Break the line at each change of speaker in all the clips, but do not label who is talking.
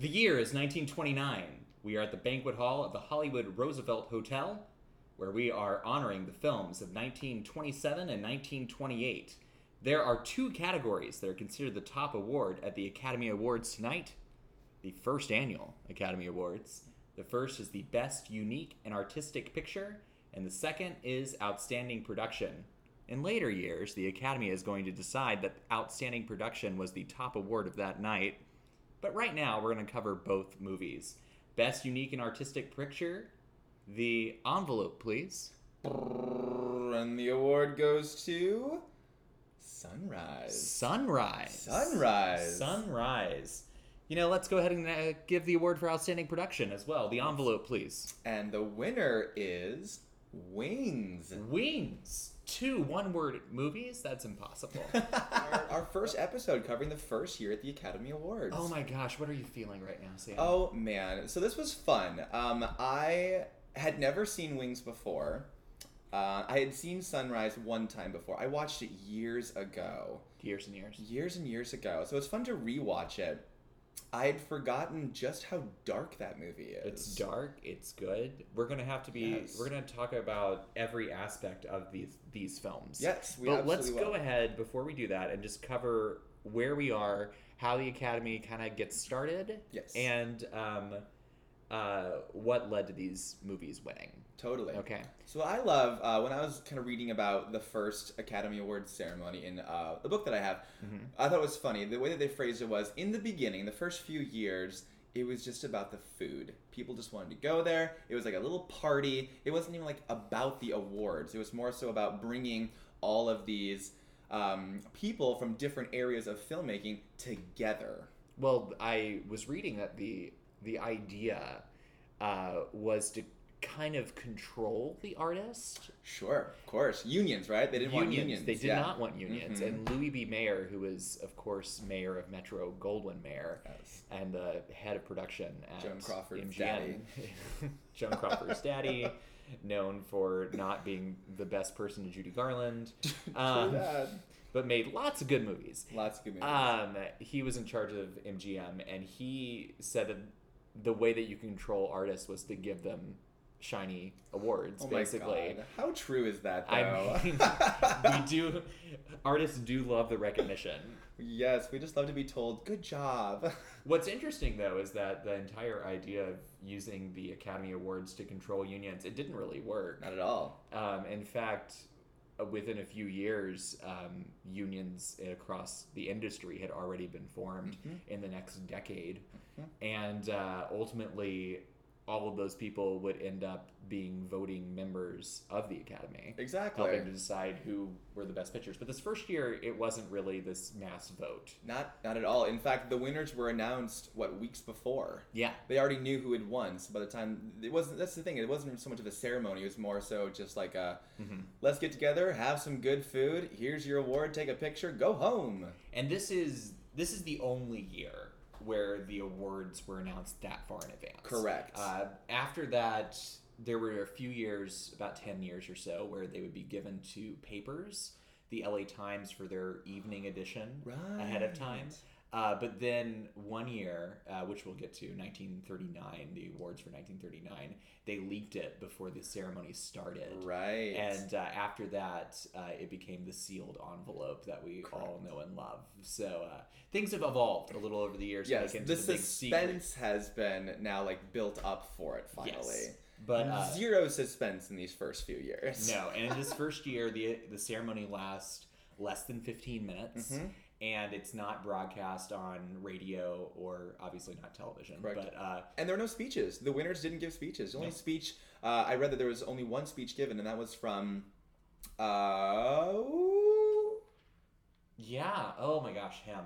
year is 1929. We are at the banquet hall of the Hollywood Roosevelt Hotel, where we are honoring the films of 1927 and 1928. There are two categories that are considered the top award at the Academy Awards tonight the first annual Academy Awards. The first is the Best Unique and Artistic Picture, and the second is Outstanding Production. In later years, the Academy is going to decide that Outstanding Production was the top award of that night, but right now we're going to cover both movies. Best Unique and Artistic Picture, the envelope, please.
And the award goes to Sunrise.
Sunrise.
Sunrise.
Sunrise. You know, let's go ahead and uh, give the award for outstanding production as well. The envelope, please.
And the winner is Wings.
Wings. Two one word movies? That's impossible.
our, our first episode covering the first year at the Academy Awards.
oh my gosh, what are you feeling right now, Sam?
Oh man, so this was fun. Um, I had never seen Wings before. Uh, I had seen Sunrise one time before. I watched it years ago,
Years and years.
years and years ago. So it's fun to rewatch it. I had forgotten just how dark that movie is.
It's dark. It's good. We're gonna have to be.
Yes.
We're gonna talk about every aspect of these these films.
Yes, we
but let's
absolutely
go
will.
ahead before we do that and just cover where we are, how the academy kind of gets started,
Yes.
and um, uh, what led to these movies winning.
Totally.
Okay.
So I love uh, when I was kind of reading about the first Academy Awards ceremony in uh, the book that I have.
Mhm.
I thought it was funny the way that they phrased it was in the beginning, the first few years. It was just about the food. People just wanted to go there. It was like a little party. It wasn't even like about the awards. It was more so about bringing all of these um, people from different areas of filmmaking together.
Well, I was reading that the the idea uh, was to kind of control the artist
Sure, of course, unions, right? They didn't want unions.
They did
yeah.
not want unions.
Mhm.
And Louis B. Mayer, who was, of course, mayor of Metro Goldwyn Mayer
Yes.
and the head of production at
Joan Crawford's
MGM,
daddy.
Joan Crawford's daddy, known for not being the best person to Judy Garland, um,
Too bad.
but made lots of good movies.
Uh, Lots of good movies.
Um, he was in charge of MGM, and he said that the way that you control artists was to give them shiny awards,
Oh my
basically.
God. How true is that, though?
I mean, we do. Artists do love the recognition.
yes, we just love to be told, good job.
What's interesting though is that the entire idea of using the Academy Awards to control unions it didn't really work.
Not at all.
Um, in fact, uh, within a few years, um, unions across the industry had already been formed
Mhm.
in the next decade,
Mhm.
and uh, ultimately. All of those people would end up being voting members of the academy. helping to
Exactly.
decide who were the best pitchers. But this first year, it wasn't really this mass vote.
Not, not at all. In fact, the winners were announced what weeks before.
Yeah.
They already knew who had won. So by the time it wasn't, that's the thing. It wasn't so much of a ceremony. It was more so just like a,
Mm-hmm.
let's get together, have some good food. Here's your award. Take a picture. Go home.
And this is this is the only year where the awards were announced that far in advance.
Correct.
Uh, after that, there were a few years, about ten years or so, where they would be given to papers, the LA Times for their evening edition,
right.
ahead of time. Uh, but then one year, uh, which we'll get to, 1939, the awards for 1939, they leaked it before the ceremony started.
Right.
And uh, after that, uh, it became the sealed envelope that we all know and love. So uh, things have evolved a little over the years. to
yes,
make
the
into big secret.
suspense has been now like built up for it finally.
Yes. But uh,
Zero suspense in these first few years.
no, and in this first year, the the ceremony lasts less than 15 minutes.
Mhm.
And it's not broadcast on radio or obviously not television.
Correct.
But uh,
And there were no speeches. The winners didn't give speeches. The only
No.
speech uh, I read that there was only one speech given, and that was from. Uh,
Yeah. Oh my gosh, him.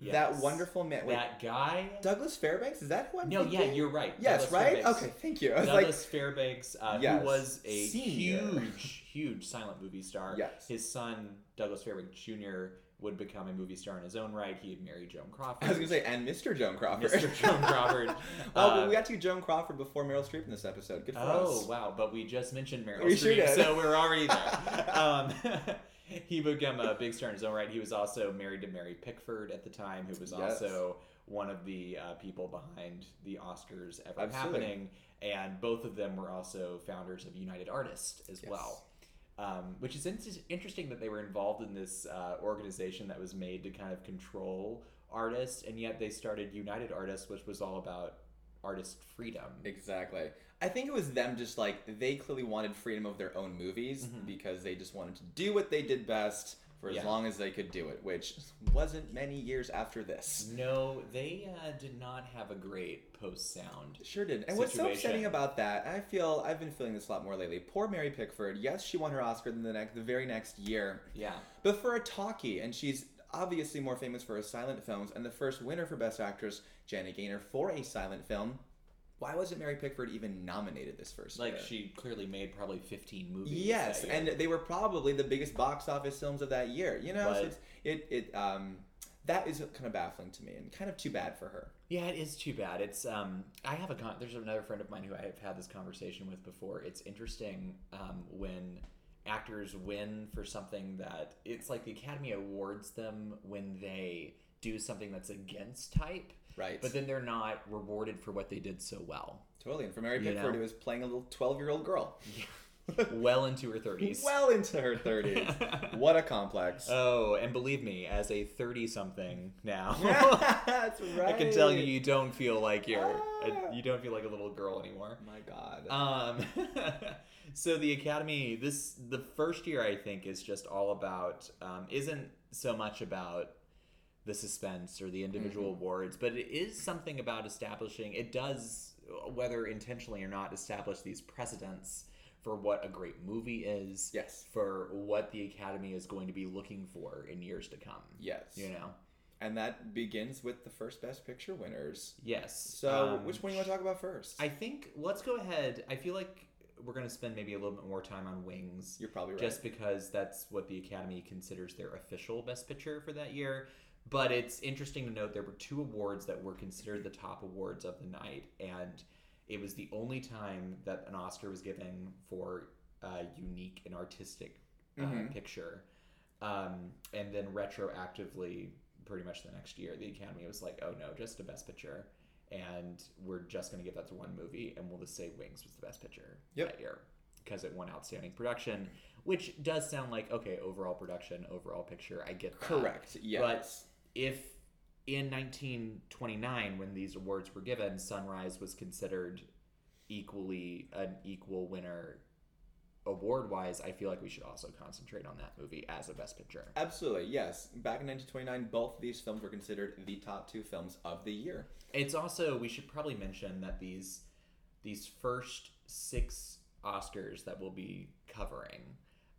That
Yes.
wonderful man. Wait,
That guy.
Douglas Fairbanks? Is that who I'm
No,
thinking?
yeah, you're right.
Yes,
Douglas
right?
Fairbanks.
Okay, thank you. I was
Douglas Fairbanks, uh,
Yes.
who was a
Senior.
huge, huge silent movie star.
Yes.
His son, Douglas Fairbanks Jr., would become a movie star in his own right. He had married Joan Crawford.
like, I was going to say, and Mr. Joan Crawford.
Mr. Joan Crawford.
oh,
Uh,
but we got to Joan Crawford before Meryl Streep in this episode. Good for
Oh
us.
wow! But we just mentioned Meryl
We sure
Streep,
did.
so we're already there. um, he became a big star in his own right. He was also married to Mary Pickford at the time, who was
Yes.
also one of the uh, people behind the Oscars ever
Absolutely.
happening. And both of them were also founders of United Artists as
Yes.
well. Um, which is in- interesting that they were involved in this uh, organization that was made to kind of control artists, and yet they started United Artists, which was all about artist freedom.
Exactly. I think it was them just like they clearly wanted freedom of their own movies
Mhm.
because they just wanted to do what they did best for as
Yeah.
long as they could do it, which wasn't many years after this.
No, they uh, did not have a great post sound.
Sure did. And what's so
Situation.
upsetting about that? I feel I've been feeling this a lot more lately. Poor Mary Pickford. Yes, she won her Oscar the next, the very next year,
Yeah.
but for a talkie, and she's obviously more famous for her silent films. And the first winner for Best Actress, Janet Gaynor, for a silent film. Why wasn't Mary Pickford even nominated this first
Like
year?
she clearly made probably 15 movies.
Yes,
that year.
and they were probably the biggest box office films of that year. You know,
But-
so it's, it it um that is kind of baffling to me and kind of too bad for her.
yeah, it is too bad. It's um I have a con- there's another friend of mine who I have had this conversation with before. It's interesting um when actors win for something that it's like the Academy awards them when they do something that's against type,
Right.
but then they're not rewarded for what they did so well.
totally. And for Mary
You
Pickford,
know.
who was playing a little twelve-year-old girl,
well into her 30s.
well into her thirties. what a complex.
Oh, and believe me, as a 30 something now,
That's right.
I can tell you, you don't feel like you're,
Ah.
you don't feel like a little girl anymore.
Oh My God.
Um, so the academy, this the first year I think is just all about, um, isn't so much about the suspense or the individual
Mm-hmm.
awards, but it is something about establishing. It does, whether intentionally or not, establish these precedents for what a great movie is,
yes.
for what the academy is going to be looking for in years to come.
Yes.
You know.
And that begins with the first Best Picture winners.
Yes.
So,
Um,
which one do you want to talk about first?
I think let's go ahead. I feel like we're going to spend maybe a little bit more time on Wings,
You're probably right.
just because that's what the Academy considers their official Best Picture for that year. But it's interesting to note there were two awards that were considered the top awards of the night, and it was the only time that an Oscar was given for uh, unique and artistic uh,
Mhm.
picture. Um, and then retroactively, pretty much the next year, the Academy was like, oh no, just a best picture. And we're just going to give that to one movie, and we'll just say Wings was the best picture
Yep.
that year because it won outstanding production, which does sound like, okay, overall production, overall picture. I get that.
Correct. Yes.
If in 1929, when these awards were given, Sunrise was considered equally an equal winner award wise, I feel like we should also concentrate on that movie as a best picture.
Absolutely, yes. Back in 1929, both of these films were considered the top two films of the year.
It's also we should probably mention that these these first six Oscars that we'll be covering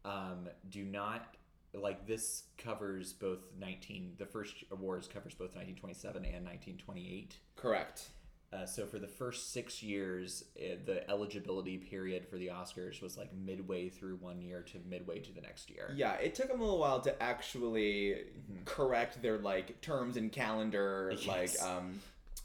um, do not like this covers both 19 the first awards covers both 1927 and 1928
Correct.
Uh, so for the first six years, eh, the eligibility period for the Oscars was like midway through one year to midway to the next year. Mm-hmm.
Yeah, it took them a little while to actually correct their like terms and calendar,
Yes.
like um,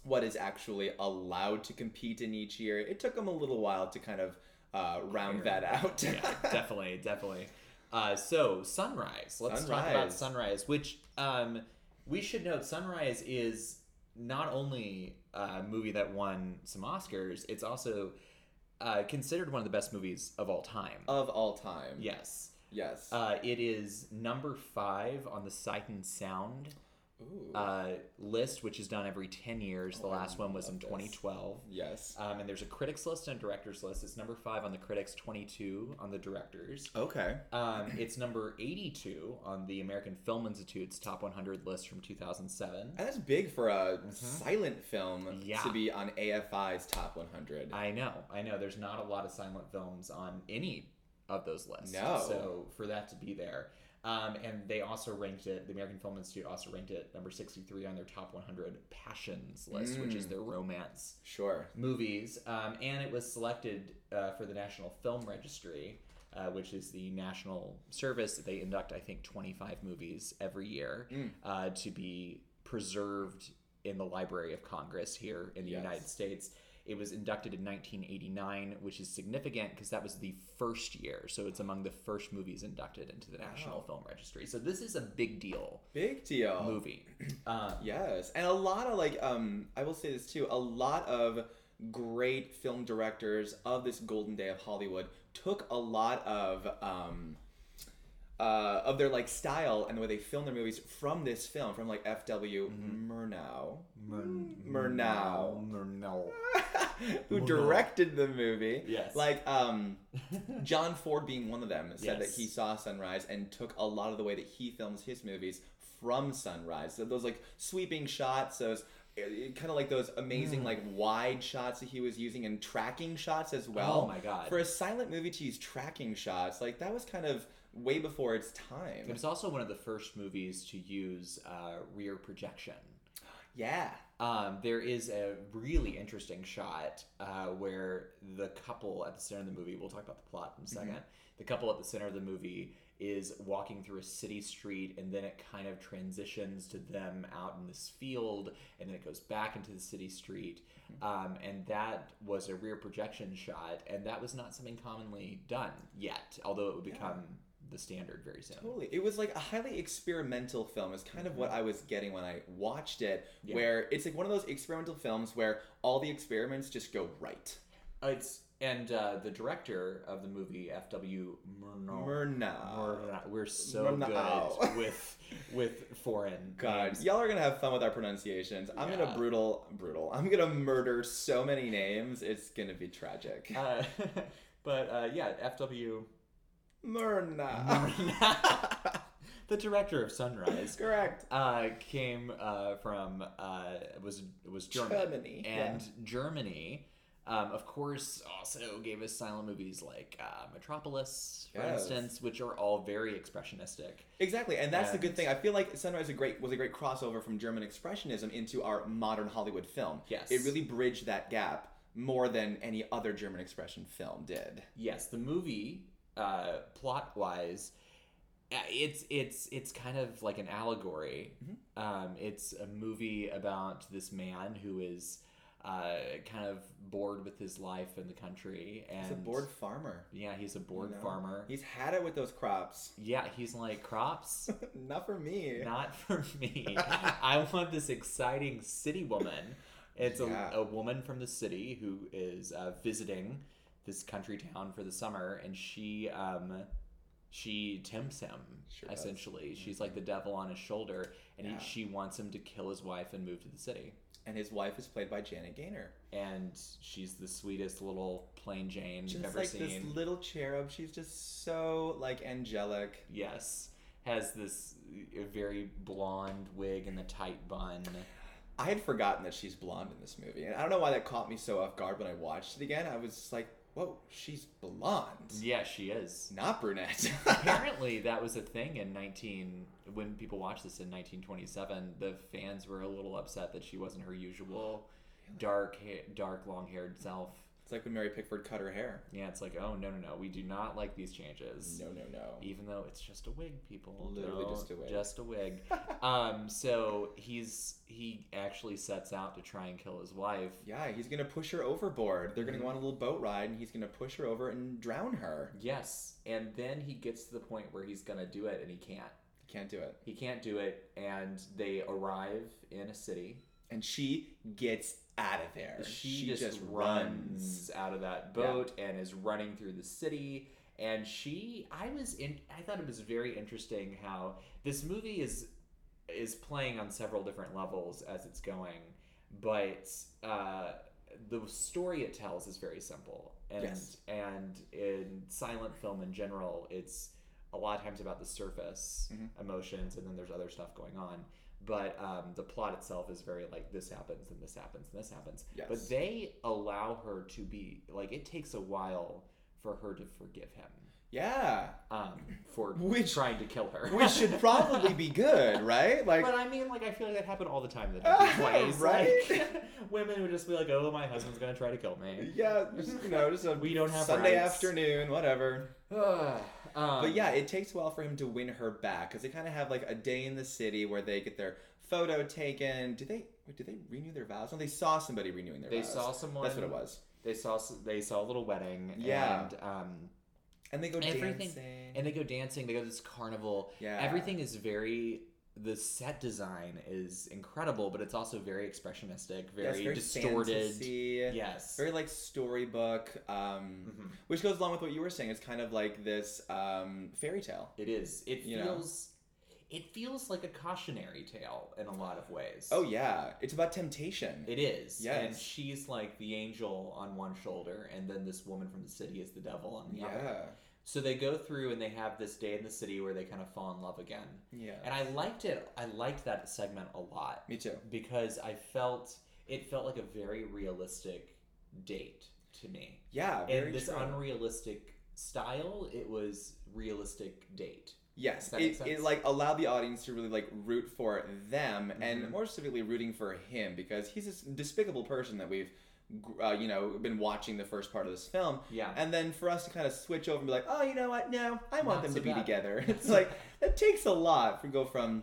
what is actually allowed to compete in each year. It took them a little while to kind of uh, round
Clear.
that out.
yeah, definitely, definitely. Uh, so Sunrise. Let's talk about
Sunrise.
Sunrise, which um, we should note. Sunrise is not only a movie that won some Oscars; it's also uh, considered one of the best movies of all time.
of all time.
yes,
Yes.
uh, it is number five on the Sight and Sound
Ooh.
uh, list, which is done every 10 years. The
Oh, I
last one was
love
in
this.
2012.
yes.
Um, and there's a critics list and a directors list. It's number five on the critics, 22 on the directors.
Okay.
Um, it's number 82 on the American Film Institute's top 100 list from 2007.
And that's big for a silent film
Mm-hmm. Yeah.
to be on AFI's top 100.
I know, I know. There's not a lot of silent films on any of those lists.
No.
So for that to be there. Um, and they also ranked it, the American Film Institute also ranked it number 63 on their top 100 passions list, which is
Mm.
their romance
sure.
movies, um, and it was selected uh, for the National Film Registry, uh, which is the national service that they induct, I think, 25 movies every year
Mm.
uh, to be preserved in the Library of Congress here in the
Yes.
United States. It was inducted in 1989, which is significant because that was the first year. So it's among the first movies inducted into the National
Wow. Oh.
Film Registry. So this is a big deal
Big deal.
movie. Um,
Yes, and a lot of like um, I will say this too. A lot of great film directors of this golden day of Hollywood took a lot of um, uh, of their like style and the way they film their movies from this film, from like F.W. Murnau, Murnau.
Murnau.
who
Murnau.
directed the movie.
Yes.
Like um, John Ford being one of them
Yes.
said that he saw Sunrise and took a lot of the way that he films his movies from Sunrise. So those like sweeping shots, those kind of like those
Hmm.
amazing like wide shots that he was using and tracking shots as well.
Oh my God.
For a silent movie to use tracking shots, like that was kind of way before its
It
time.
was also one of the first movies to use uh, rear projection.
Yeah.
Um, there is a really interesting shot uh, where the couple at the center of the movie, we'll talk about the plot in a 2nd The couple at the center of the movie is walking through a city street, and then it kind of transitions to them out in this field, and then it goes back into the city street. Um, and that was a rear projection shot, and that was not something commonly done yet, although it would become the standard very soon.
Totally. It was like a highly experimental film, is kind of what I was getting when I watched it,
Mm-hmm. Yeah.
where it's like one of those experimental films where all the experiments just go right.
Uh, It's and uh, the director of the movie F.W. Murnau.
Murnau.
Murnau. Oh. We're so
Murnau.
good with with foreign
God,
names.
y'all are gonna have fun with our pronunciations. I'm
Yeah.
gonna brutal, brutal. I'm gonna murder so many names. It's gonna be tragic.
Uh, but uh, yeah, F.W.
Murnau.
Murnau, the director of Sunrise,
Correct.
uh, came uh, from uh, was was German
Germany.
and
yeah.
Germany. Um, of course, also gave us silent movies like uh, Metropolis, for
Yes.
instance, which are all very expressionistic.
Exactly, and that's the
And-
good thing. I feel like Sunrise a great was a great crossover from German expressionism into our modern Hollywood film.
Yes.
it really bridged that gap more than any other German expression film did.
Yes, the movie uh, plot wise, it's it's it's kind of like an allegory.
Mm-hmm.
Um, it's a movie about this man who is uh, kind of bored with his life in the country, and
He's a bored farmer.
yeah, he's a bored
know?
farmer.
He's had it with those crops.
yeah, he's like crops.
Not for me.
Not for me. I want this exciting city woman. It's
Yeah.
a, a woman from the city who is uh, visiting this country town for the summer, and she um, she tempts him
Sure does. Mm-hmm.
essentially. She's like the devil on his shoulder, and he-
Yeah.
she wants him to kill his wife and move to the city.
And his wife is played by Janet Gaynor.
And she's the sweetest little plain Jane
Just
you've ever
like
seen.
this little cherub, she's just so like angelic.
yes, has this uh, very blonde wig and the tight bun.
I had forgotten that she's blonde in this movie, and I don't know why that caught me so off guard when I watched it again. I was just like, "Whoa, she's blonde."
Yeah, she is.
not brunette.
apparently that was a thing in 19 when people watched this in 1927 the fans were a little upset that she wasn't her usual dark ha- dark long-haired self
it's like when Mary Pickford cut her hair.
yeah it's like oh no no no we do not like these changes
No, no, no.
even though it's just a wig people
Literally
Don't-
just a wig.
just a wig um so he's he actually sets out to try and kill his wife
Yeah, he's gonna push her overboard. They're gonna go on a little boat ride, and he's gonna push her over and drown her.
yes and then he gets to the point where he's gonna do it and he can't
Can't do it.
he can't do it and they arrive in a city
And she gets out of there.
she, just, runs out of that boat and is running through the city and she i was in i thought it was very interesting how this movie is is playing on several different levels as it's going but uh the story it tells is very simple and
Yes.
and in silent film in general it's a lot of times about the surface
Mhm.
emotions and then there's other stuff going on but um, the plot itself is very like this happens and this happens and this happens
Yes.
but they allow her to be like it takes a while for her to forgive him
Yeah,
um, for
Which-
trying to kill her
which should probably be good, right? Like,
but I mean, like, I feel like that happened all the time. in The 1920s.
Right?
Like, women would just be like, "Oh, my husband's gonna try to kill me."
yeah, just, you know, just a
We don't have
Sunday
rights.
afternoon, whatever.
Ugh. Um,
But yeah, it takes a while for him to win her back because they kind of have like a day in the city where they get their photo taken. Do they? Wait, did they renew their vows? No, they saw somebody renewing their
they
vows.
saw someone.
That's what it was.
They saw s- they saw a little wedding.
Yeah.
And, um,
And they go
Everything-
dancing.
and they go dancing. They go to this carnival.
yeah,
Everything is very. The set design is incredible, but it's also very expressionistic,
Yeah, it's
very, distorted.
fantasy,
Yes.
Very like storybook, um,
Mhm.
which goes along with what you were saying. It's kind of like this um, fairy tale.
It is. It
You know?
feels. It feels like a cautionary tale in a lot of ways.
Oh yeah, it's about temptation.
It is. And
Yes.
she's like the angel on one shoulder, and then this woman from the city is the devil on the other.
yeah,
So they go through and they have this day in the city where they kind of fall in love again.
yeah.
And I liked it. I liked that segment a lot
Me too.
because I felt it felt like a very realistic date to me.
Yeah, very
And this
true.
unrealistic style, it was realistic date.
Yes,
Does that make
it,
sense?
it like allowed the audience to really like root for them,
Mhm.
and more specifically rooting for him because he's this despicable person that we've, gr- uh, you know, been watching the first part of this film,
Yeah.
and then for us to kind of switch over and be like, oh, you know what? No, I want
Not
them
so
to be
bad."
together.
Not
It's
so
like it takes a lot to go from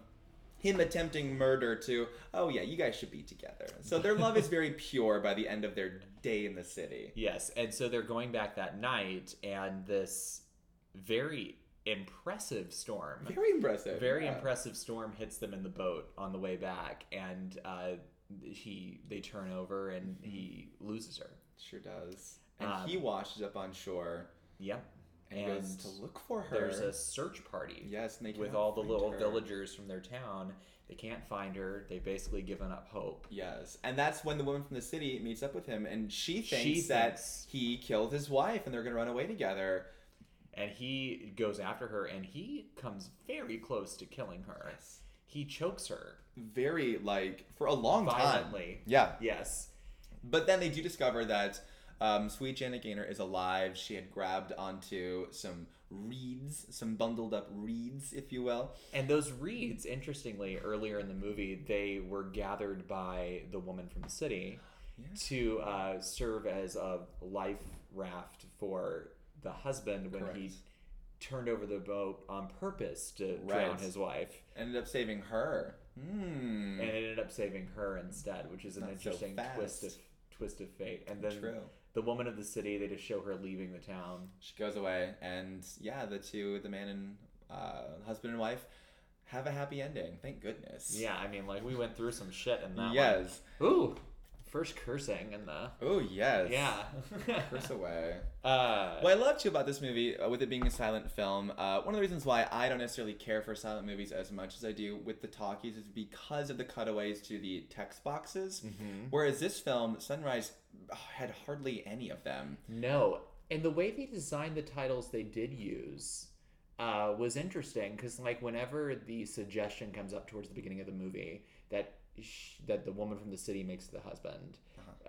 him attempting murder to oh yeah, you guys should be together. So their love is very pure by the end of their day in the city.
Yes, and so they're going back that night, and this very impressive storm,
Very impressive.
very
yeah.
impressive storm hits them in the boat on the way back, and uh, he they turn over and
Mm-hmm.
he loses her.
Sure does. And
Um,
he washes up on shore.
Yep.
and,
And
goes to look for her.
There's a search party
yes, and they
with
cannot
all the
find
little
her.
villagers from their town. They can't find her. They've basically given up hope.
Yes, and that's when the woman from the city meets up with him, and she thinks
She
that
thinks-
he killed his wife, and they're gonna run away together.
And he goes after her, and he comes very close to killing her. He chokes her
Very like for a long time.
violently.
Yeah,
Yes.
but then they do discover that um, sweet Janet Gaynor is alive. She had grabbed onto some reeds, some bundled up reeds, if you will.
And those reeds, interestingly, earlier in the movie, they were gathered by the woman from the city
Yeah.
to uh, serve as a life raft for the husband when he
Correct.
turned over the boat on purpose to drown
Right.
his wife.
Ended up saving her. Hmm.
And it ended up saving her instead, which is an
Not so
interesting twist of
fast.
twist of fate. And then
True.
the woman of the city, they just show her leaving the town.
She goes away, and yeah, the two, the man and uh, husband and wife, have a happy ending. Thank goodness.
Yeah, I mean, like we went through some shit in that. one.
yes.
Ooh, first cursing and the
Oh yes.
yeah.
Curse away.
Uh,
What I love too about this movie, uh, with it being a silent film, uh, one of the reasons why I don't necessarily care for silent movies as much as I do with the talkies is because of the cutaways to the text boxes.
Mm-hmm.
Whereas this film, Sunrise, uh, had hardly any of them.
No, and the way they designed the titles they did use uh, was interesting because, like, whenever the suggestion comes up towards the beginning of the movie that sh- that the woman from the city makes to the husband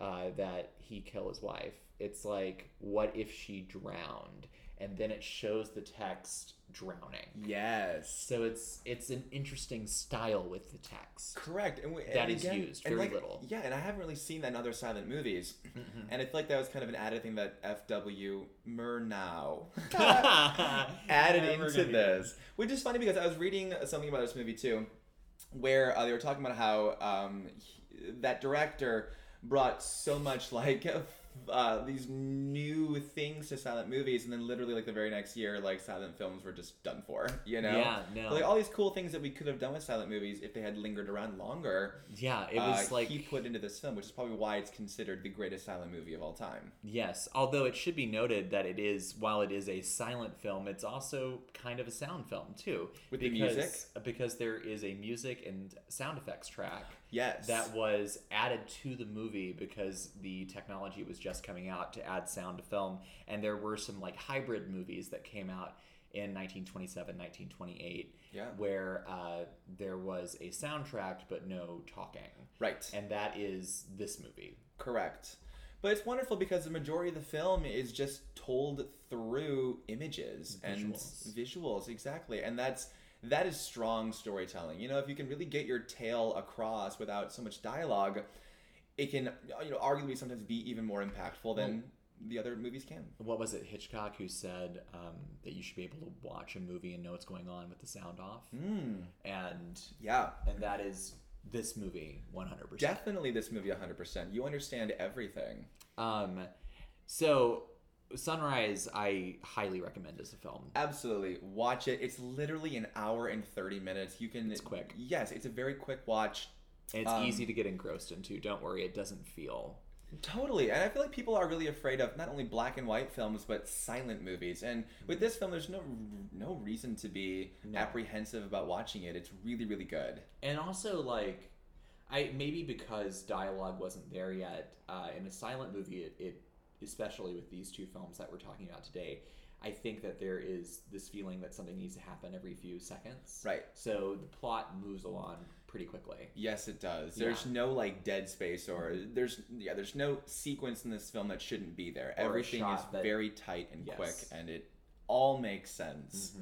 uh
Uh-huh.
that he kill his wife, it's like, what if she drowned? And then it shows the text drowning.
Yes.
So it's it's an interesting style with the text.
Correct. And we,
That
and
is
again-
used
and,
very
like,
little. Mm-hmm.
Yeah, and I haven't really seen that in other silent movies. And I feel like that was kind of an added thing that F.W. Murnau added
Yeah, we're
into
gonna do that.
this, which is funny because I was reading something about this movie too, where uh, they were talking about how um, he- that director brought so much like uh, these new things to silent movies, and then literally like the very next year, like silent films were just done for, you know?
Yeah, no.
Like all these cool things that we could have done with silent movies if they had lingered around longer.
Yeah, it was
uh,
like
he put into this film, which is probably why it's considered the greatest silent movie of all time.
Yes, although it should be noted that it is, while it is a silent film, it's also kind of a sound film too.
With the music?
Because there is a music and sound effects track
Yes,
that was added to the movie because the technology was just coming out to add sound to film. And there were some like hybrid movies that came out in 1927, 1928,
Yeah.
where uh, there was a soundtrack but no talking.
right.
And that is this movie.
Correct. But it's wonderful because the majority of the film is just told through images and
Visuals.
visuals, exactly. And that's that is strong storytelling. You know, if you can really get your tale across without so much dialogue, it can you know arguably sometimes be even more impactful than the other movies can.
What was it, Hitchcock, who said um, that you should be able to watch a movie and know what's going on with the sound off?
Mm,
And
yeah.
and that is this movie 100%.
Definitely this movie 100%. You understand everything.
Um, so Sunrise, I highly recommend as a film.
Absolutely. Watch it. It's literally an hour and 30 minutes. You can.
It's quick.
Yes, it's a very quick watch.
And it's
Um,
easy to get engrossed into. Don't worry, it doesn't feel.
Totally. And I feel like people are really afraid of not only black and white films, but silent movies. And with this film, there's no no reason to be
No.
apprehensive about watching it. It's really, really good.
And also, like, I maybe because dialogue wasn't there yet uh, in a silent movie, it, it especially with these two films that we're talking about today, I think that there is this feeling that something needs to happen every few seconds.
Right.
So the plot moves along pretty quickly.
Yes, it does. There's no like dead space or
Mm-hmm.
there's yeah, there's no sequence in this film that shouldn't be there.
Or a
Everything is
shot that-
very tight and quick,
Yes. Mm-hmm.
and it all makes sense.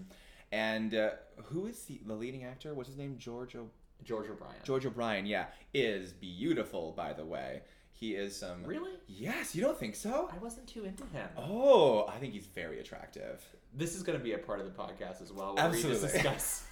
And uh, who is the, the leading actor? What's his name? George O.
George O'Brien.
George O'Brien. Yeah, is beautiful. By the way, he is some.
Really?
Yes, you don't think so?
I wasn't too into him.
Oh, I think he's very attractive.
This is going to be a part of the podcast as well. Where We
Absolutely.
just discuss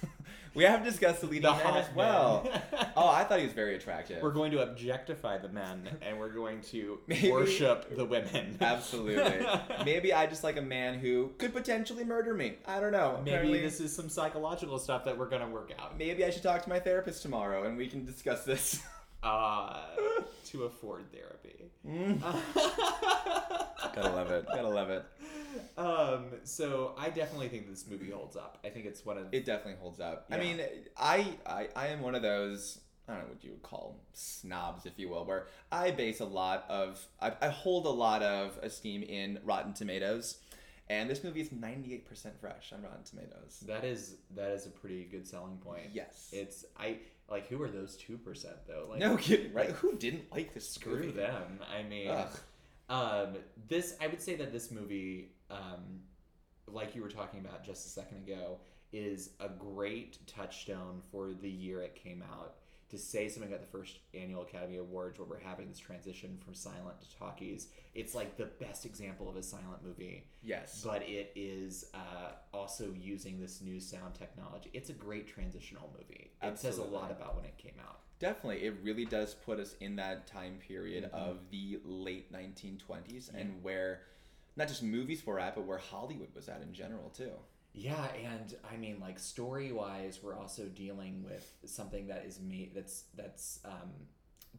We have discussed the leading
the
man
hot
as well.
men.
oh, I thought he was very attractive.
We're going to objectify the men and we're going to
Maybe-
worship the women.
Absolutely. Maybe I just like a man who could potentially murder me. I don't know.
Maybe
Apparently-
this is some psychological stuff that we're going to work out
Maybe I should talk to my therapist tomorrow and we can discuss this.
uh, to afford therapy.
Gotta love it. Gotta love it.
um, so I definitely think this movie holds up. I think it's one of
It definitely holds up. I
Yeah.
mean, I, I I am one of those I don't know what you would call snobs, if you will, where I base a lot of I, I hold a lot of esteem in Rotten Tomatoes, and this movie is ninety eight percent fresh on Rotten Tomatoes.
that is that is a pretty good selling point.
Yes.
It's I like who are those two percent though? Like
no kidding, right? Who didn't like this
screw
movie?
them. I mean,
Ugh.
um, this I would say that this movie, um, like you were talking about just a second ago, is a great touchstone for the year it came out. To say something about the first annual Academy Awards, where we're having this transition from silent to talkies, it's like the best example of a silent movie.
Yes.
But it is uh, also using this new sound technology. It's a great transitional movie. It says a
Absolutely.
lot about when it came out.
Definitely, it really does put us in that time period
Mhm.
of the late 1920s and where not just movies were at, but where Hollywood was at in general too.
Yeah, and I mean, like story wise, we're also dealing with something that is made that's that's um,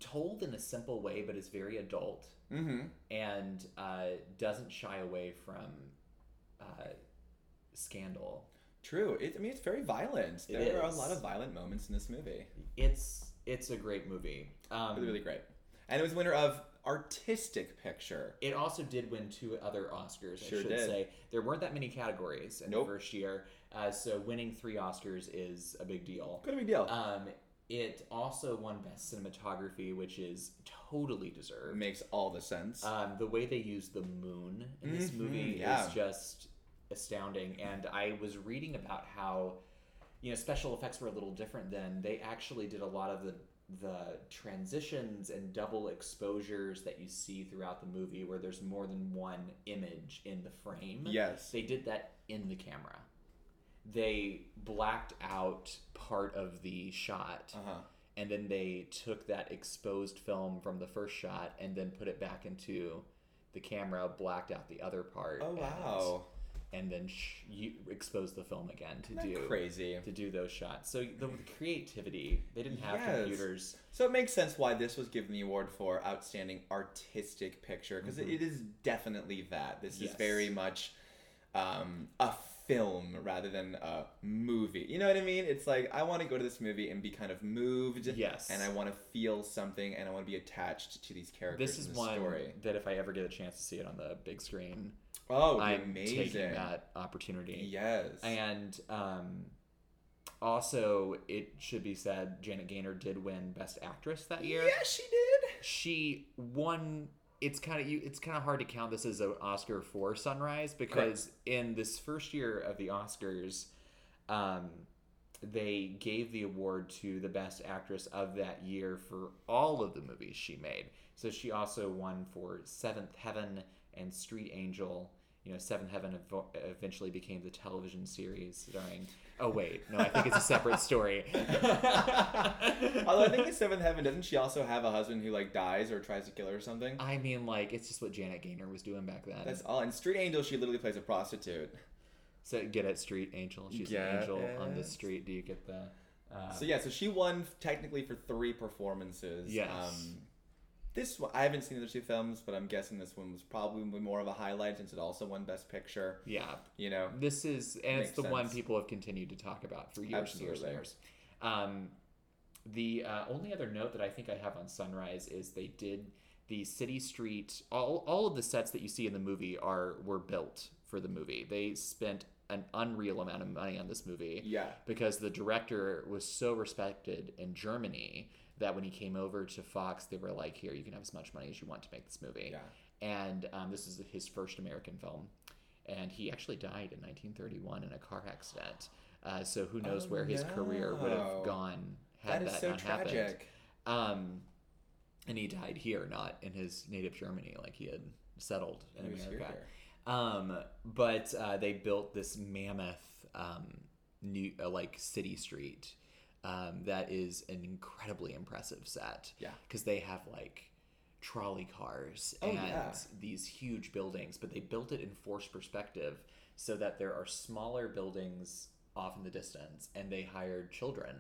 told in a simple way, but is very adult
Mm-hmm.
and uh, doesn't shy away from uh, scandal.
True. It, I mean, it's very violent.
It
There are a
is.
lot of violent moments in this movie.
It's it's a great movie. Um,
Really, really great. And it was winner of artistic picture.
It also did win two other Oscars. I
Sure
should
did.
say there weren't that many categories in
Nope.
the first year, uh, so winning three Oscars is a big deal.
Good big deal.
Um, it also won Best Cinematography, which is totally deserved.
Makes all the sense.
Um, the way they use the moon in this
Mhm,
movie
yeah.
is just astounding. And I was reading about how, you know, special effects were a little different then. They actually did a lot of the the transitions and double exposures that you see throughout the movie where there's more than one image in the frame.
yes.
They did that in the camera. They blacked out part of the shot
Uh huh.
and then they took that exposed film from the first shot and then put it back into the camera, blacked out the other part.
Oh
and-
wow.
And, then sh- you exposed the film again to
Isn't that
do
crazy.
to do those shots. So the creativity, they didn't have
Yes.
computers.
So it makes sense why this was given the award for outstanding artistic picture because
Mhm.
it is definitely that. This
Yes.
is very much um, a film rather than a movie. You know what I mean? It's like I want to go to this movie and be kind of moved,
Yes.
and I want to feel something, and I want to be attached to these characters.
This is
in the
one
story.
that if I ever get a chance to see it on the big screen,
Oh,
I'm
amazing!
taking that opportunity.
Yes.
And um, also, it should be said, Janet Gaynor did win Best Actress that year.
Yeah, she did.
she won it's kind of you it's kind of hard to count this as an oscar for sunrise because in this first year of the oscars um they gave the award to the best actress of that year for all of the movies she made so she also won for seventh heaven and Street Angel. You know, Seven Heaven evo- eventually became the television series starring. Oh wait, no, I think it's a separate story.
Although I think in Seventh Heaven, doesn't she also have a husband who like dies or tries to kill her or something?
I mean, like it's just what Janet Gaynor was doing back then.
That's all. In Street Angel, she literally plays a prostitute.
Uh-huh. so get it, Street Angel. She's an
Get
angel on the
it.
street. Do you get the? Uh,
So yeah, so she won technically for three performances. Um,
Yes.
this one, I haven't seen the other two films, but I'm guessing this one was probably more of a highlight since it also won Best Picture.
yeah,
You know,
This is, and it's the
Makes
one
sense.
people have continued to talk about for years and years and
Absolutely.
years. Um, the uh, only other note that I think I have on Sunrise is they did the city street. All all of the sets that you see in the movie are were built for the movie. They spent an unreal amount of money on this movie
yeah,
because the director was so respected in Germany that when he came over to Fox, they were like, "Here, you can have as much money as you want to make this movie."
yeah.
and um, this is his first American film. And he actually died in 1931 in a car accident. Uh, so who knows
Oh,
where his career would
no.
have gone had that,
that is so
not
tragic.
happened. Um, and he died here, not in his native Germany, like he had settled in
He was
America.
here.
Um, but uh, they built this mammoth um, new uh, like city street um, that is an incredibly impressive set.
Yeah.
because they have like trolley cars
Oh,
and
yeah.
these huge buildings, but they built it in forced perspective so that there are smaller buildings off in the distance, and they hired children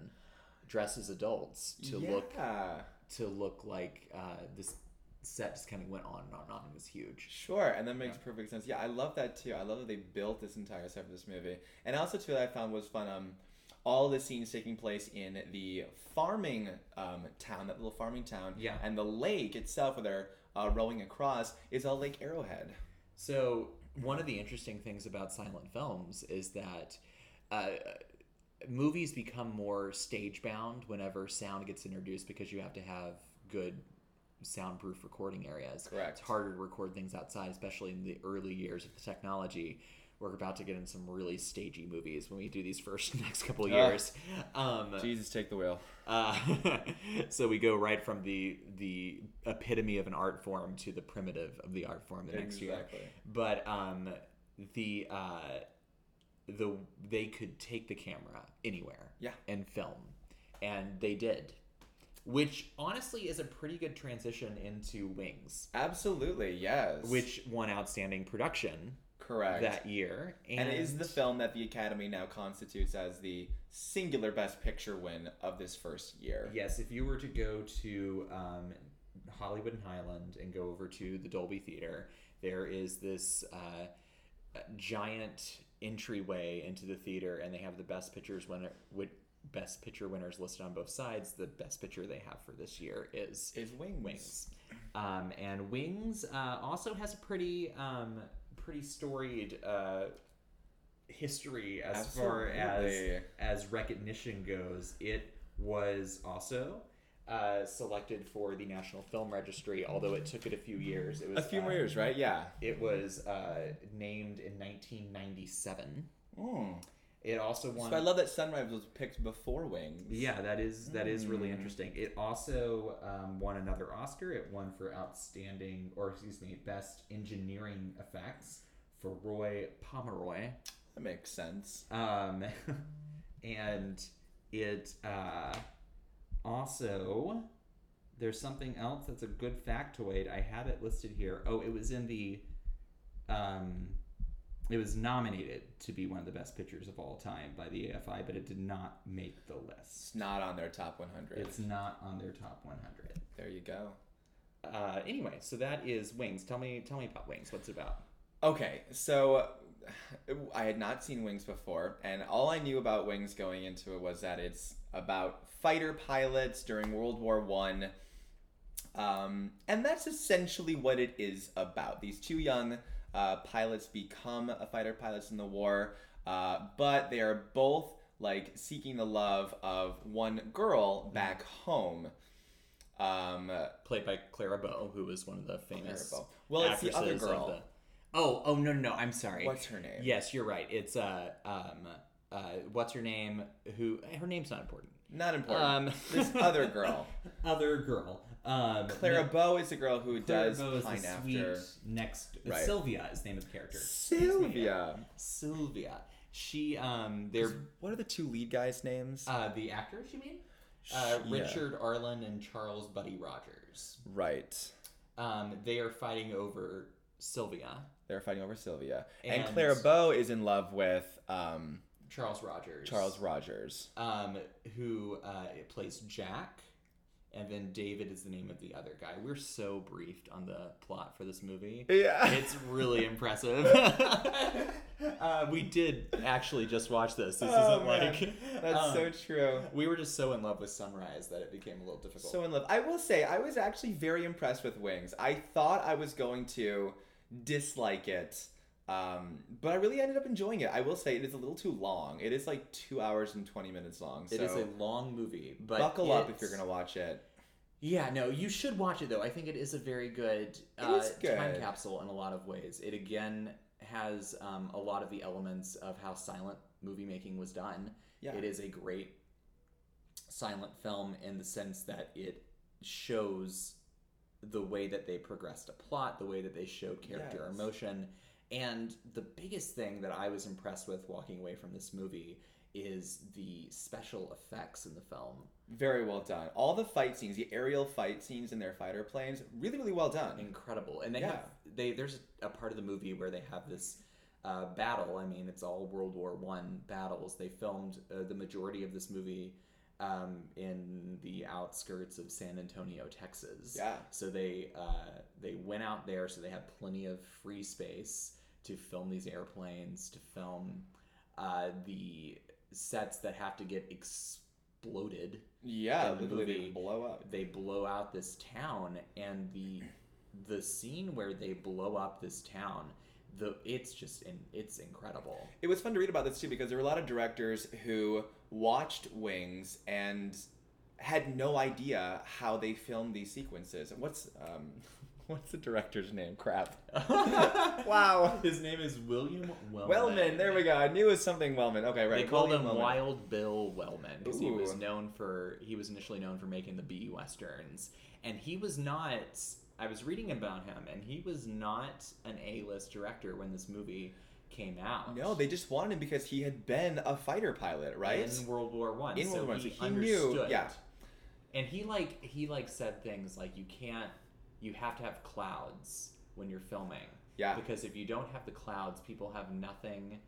dressed as adults to look
Yeah,
to look like uh, this set just kind of went on and on and on and was huge.
Sure, and that makes perfect sense. Yeah, I love that too. I love that they built this entire set for this movie. And also too, that I found was fun. Um, all the scenes taking place in the farming um, town, that little farming town.
Yeah.
And the lake itself, where they're uh, rowing across, is all Lake Arrowhead.
So one of the interesting things about silent films is that uh, movies become more stage bound whenever sound gets introduced because you have to have good soundproof recording areas.
Correct.
It's harder to record things outside, especially in the early years of the technology. We're about to get in some really stagey movies when we do these first next couple of
Ugh.
years. Um,
Jesus, take the wheel.
uh, so we go right from the the epitome of an art form to the primitive of the art form the next year
Exactly.
but um, the uh, the they could take the camera anywhere,
Yeah.
and film, and they did, which honestly is a pretty good transition into Wings,
Absolutely, yes.
which won Outstanding Production
correct.
that year, and,
and it is the film that the Academy now constitutes as the singular Best Picture win of this first year.
yes, if you were to go to um, Hollywood and Highland and go over to the Dolby Theater, there is this uh, giant entryway into the theater, and they have the best pictures winner with best picture winners listed on both sides. The best picture they have for this year is
Is Wings.
Wings. Um, and Wings uh, also has a pretty um, pretty storied uh, history as far as
Absolutely.
as recognition goes. It was also uh, selected for the National Film Registry, although it took it a few years. It
A
was
few more
uh,
years, right? Yeah.
It was uh, named in 1997. Hmm,
Mm.
It also won.
So I love that Sunrise was picked before Wings.
Yeah, that is that is really
Mm.
interesting. It also um, won another Oscar. It won for outstanding, or excuse me, best engineering effects for Roy Pomeroy,
That makes sense.
um, and it uh, also there's something else that's a good factoid. I had it listed here. Oh, it was in the um, it was nominated to be one of the best pictures of all time by the AFI, but it did not make the list.
It's not on their top 100.
It's not on their top 100.
There you go.
Uh, anyway, so that is Wings. Tell me, tell me about Wings. What's it about?
Okay, so uh, I had not seen Wings before, and all I knew about Wings going into it was that it's about fighter pilots during World War One, um, and that's essentially what it is about. These two young uh, pilots become a fighter pilots in the war, uh, but they are both like seeking the love of one girl back home. Um,
Played by Clara Bow, who was one of the famous.
Bow. Well, it's the other
actresses of
girl.
the- Oh, oh no, no, no. I'm sorry.
what's her name?
Yes, you're right. It's uh, um, uh, what's her name? Who? Her name's not important.
Not important.
Um,
this other girl,
other girl. Um,
Clara
Nic-
Bow, is the girl who
Clara
does
Bow is
pine
the
after
sweet next.
Right.
Sylvia is the name of the character.
Sylvia.
Sylvia. She um, they're
What are the two lead guys' names?
uh, the actors. You mean? Uh,
Yeah.
Richard Arlen and Charles Buddy Rogers.
Right.
Um, they are fighting over Sylvia,
They're fighting over Sylvia, and,
And-
Clara Bow is in love with um,
Charles Rogers.
Charles Rogers.
um, who uh, plays Jack, and then David is the name of the other guy. We're so briefed on the plot for this movie.
Yeah.
It's really impressive. uh, we did actually just watch this. This
Oh,
isn't
man.
like
That's
um,
so true.
We were just so in love with Sunrise that it became a little difficult.
So in love. I will say, I was actually very impressed with Wings. I thought I was going to dislike it, um, but I really ended up enjoying it. I will say, it is a little too long. It is like two hours and twenty minutes long. So
it is a long movie, but
buckle up if
it's-
you're gonna watch it.
Yeah, no, you should watch it though. I think it is a very good, uh,
is good.
time capsule in a lot of ways. It again has um, a lot of the elements of how silent movie making was done.
Yeah.
It is a great silent film in the sense that it shows the way that they progressed a plot, the way that they showed character
Yes.
emotion. And the biggest thing that I was impressed with walking away from this movie is the special effects in the film.
Very well done. All the fight scenes, the aerial fight scenes in their fighter planes, really, really well done.
incredible and they
Yeah.
have they there's a part of the movie where they have this uh, battle i mean it's all world war one battles they filmed uh, the majority of this movie um, in the outskirts of san antonio texas
Yeah.
so they uh, they went out there so they had plenty of free space to film these airplanes to film uh, the sets that have to get exploded
Yeah,
And the
literally they
movie-
blow up.
they blow out this town and the the scene where they blow up this town the it's just in, it's incredible
It was fun to read about this too because there were a lot of directors who watched Wings and had no idea how they filmed these sequences. What's um, what's the director's name? Crap. Wow.
his name is william wellman,
Wellman. There we go. I knew it was something Wellman. Okay,
they
right.
called
William
him
Wellman.
wild bill wellman because he was
Ooh.
known for he was initially known for making the b westerns and he was not i was reading about him and he was not an a-list director when this movie came out
No, they just wanted him because he had been a fighter pilot, right?
in World War One.
In
so
World War One,
he,
so he knew-
understood.
yeah.
And he like he like said things like you can't you have to have clouds when you're filming.
Yeah.
Because if you don't have the clouds, people have nothing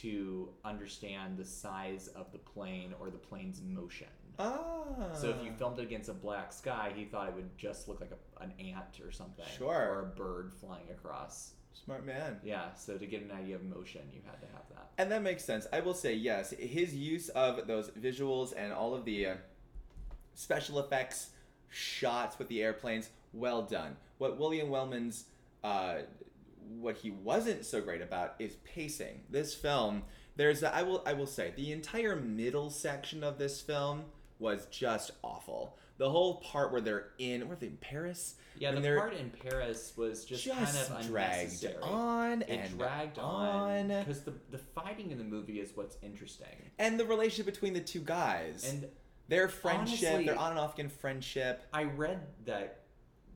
to understand the size of the plane or the plane's motion.
Ah.
So if you filmed it against a black sky, he thought it would just look like a, an ant or something,
Sure.
or a bird flying across.
smart man.
Yeah. So to get an idea of motion, you had to have that.
And that makes sense. I will say yes. His use of those visuals and all of the uh, special effects shots with the airplanes, well done. What William Wellman's, uh, what he wasn't so great about is pacing. This film, there's a, I will I will say the entire middle section of this film was just awful. The whole part where they're in, were they in Paris?
Yeah,
When
the
they're
part in Paris was just, kind of
dragged
unnecessary.
on
It
and
dragged on because the the fighting in the movie is what's interesting.
and the relationship between the two guys
And
their friendship
honestly-
their on and off again friendship
I read that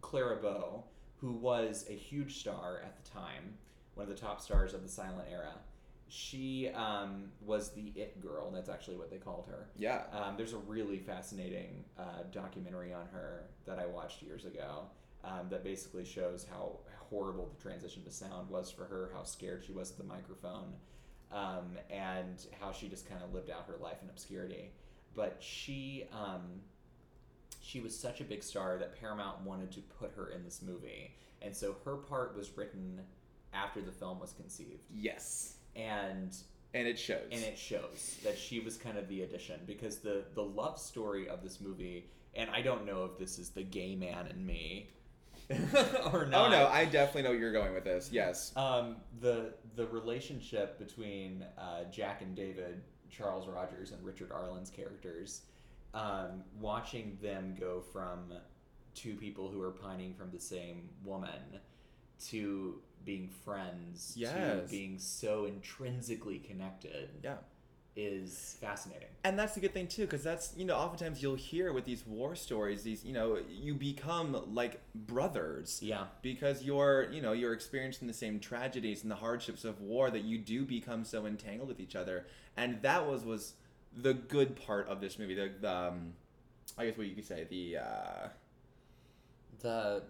Clara Bow, who was a huge star at the time, one of the top stars of the silent era, she um, was the it girl. That's actually what they called her.
yeah
Um, there's a really fascinating uh, documentary on her that I watched years ago um, that basically shows how horrible the transition to sound was for her, how scared she was of the microphone, um, and how she just kind of lived out her life in obscurity. But she um, she was such a big star that Paramount wanted to put her in this movie, and so her part was written after the film was conceived,
yes
and
and it shows
and it shows that she was kind of the addition because the the love story of this movie and i don't know if this is the gay man in me or
oh
not
no i definitely know where you're going with this yes
um the the relationship between uh, jack and david charles rogers and richard arlen's characters um, watching them go from two people who are pining from the same woman to being friends to
Yes.
being so intrinsically connected
yeah
is fascinating.
And that's the good thing too, because that's you know oftentimes you'll hear with these war stories, these you know you become like brothers
Yeah.
because you're you know you're experiencing the same tragedies and the hardships of war that you do become so entangled with each other, and that was was the good part of this movie. The, the um, I guess what you could say the uh,
The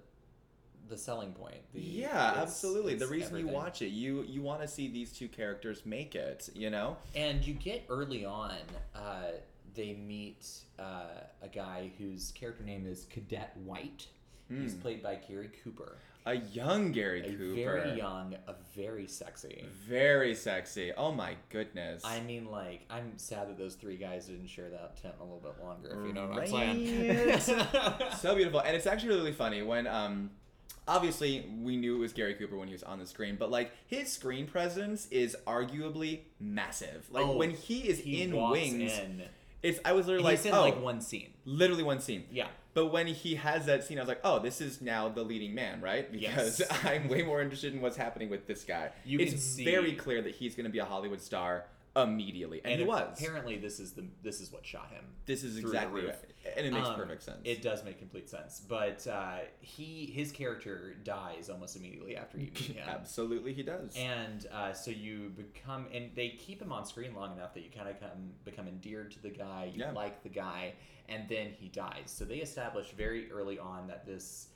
the selling point. The,
yeah
it's-
absolutely the
it's
reason you
everything.
watch it you you want to see these two characters make it you know
And you get early on, uh, they meet uh, a guy whose character name is Cadet White. He's
Mm.
played by Gary Cooper.
a young Gary
A
Cooper
very young, a very sexy.
Very sexy. Oh my goodness.
I mean, like, I'm sad that those three guys didn't share that tent a little bit longer, if you know what I'm
Right.
saying.
so beautiful. And it's actually really funny when um obviously we knew it was Gary Cooper when he was on the screen, but like his screen presence is arguably massive. Like
Oh,
when he is
he
in
walks
wings,
in.
it's I was literally
He's
like,
in
oh,
like one scene.
literally one scene.
Yeah.
But when he has that scene, I was like, oh, this is now the leading man, right? Because
Yes.
I'm way more interested in what's happening with this guy.
You
it's
can see-
very clear that he's going to be a Hollywood star immediately, and, he was.
Apparently, this is the this is what shot him.
this is
through the
exactly,
roof.
right. and it makes
Um,
perfect sense.
It does make complete sense, but uh, he his character dies almost immediately after you meet him,
Absolutely, he does.
and uh, so you become and they keep him on screen long enough that you kind of come become endeared to the guy, you
Yeah.
like the guy, and then he dies. So they establish very early on that this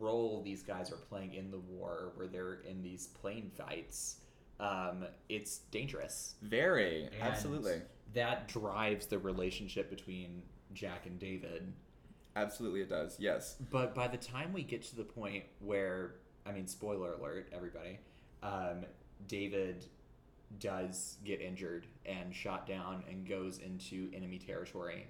role these guys are playing in the war, where they're in these plane fights, um, it's dangerous.
Very,
And
absolutely,
That drives the relationship between Jack and David.
absolutely, it does. Yes,
But by the time we get to the point where, I mean, spoiler alert, everybody, um, David does get injured and shot down and goes into enemy territory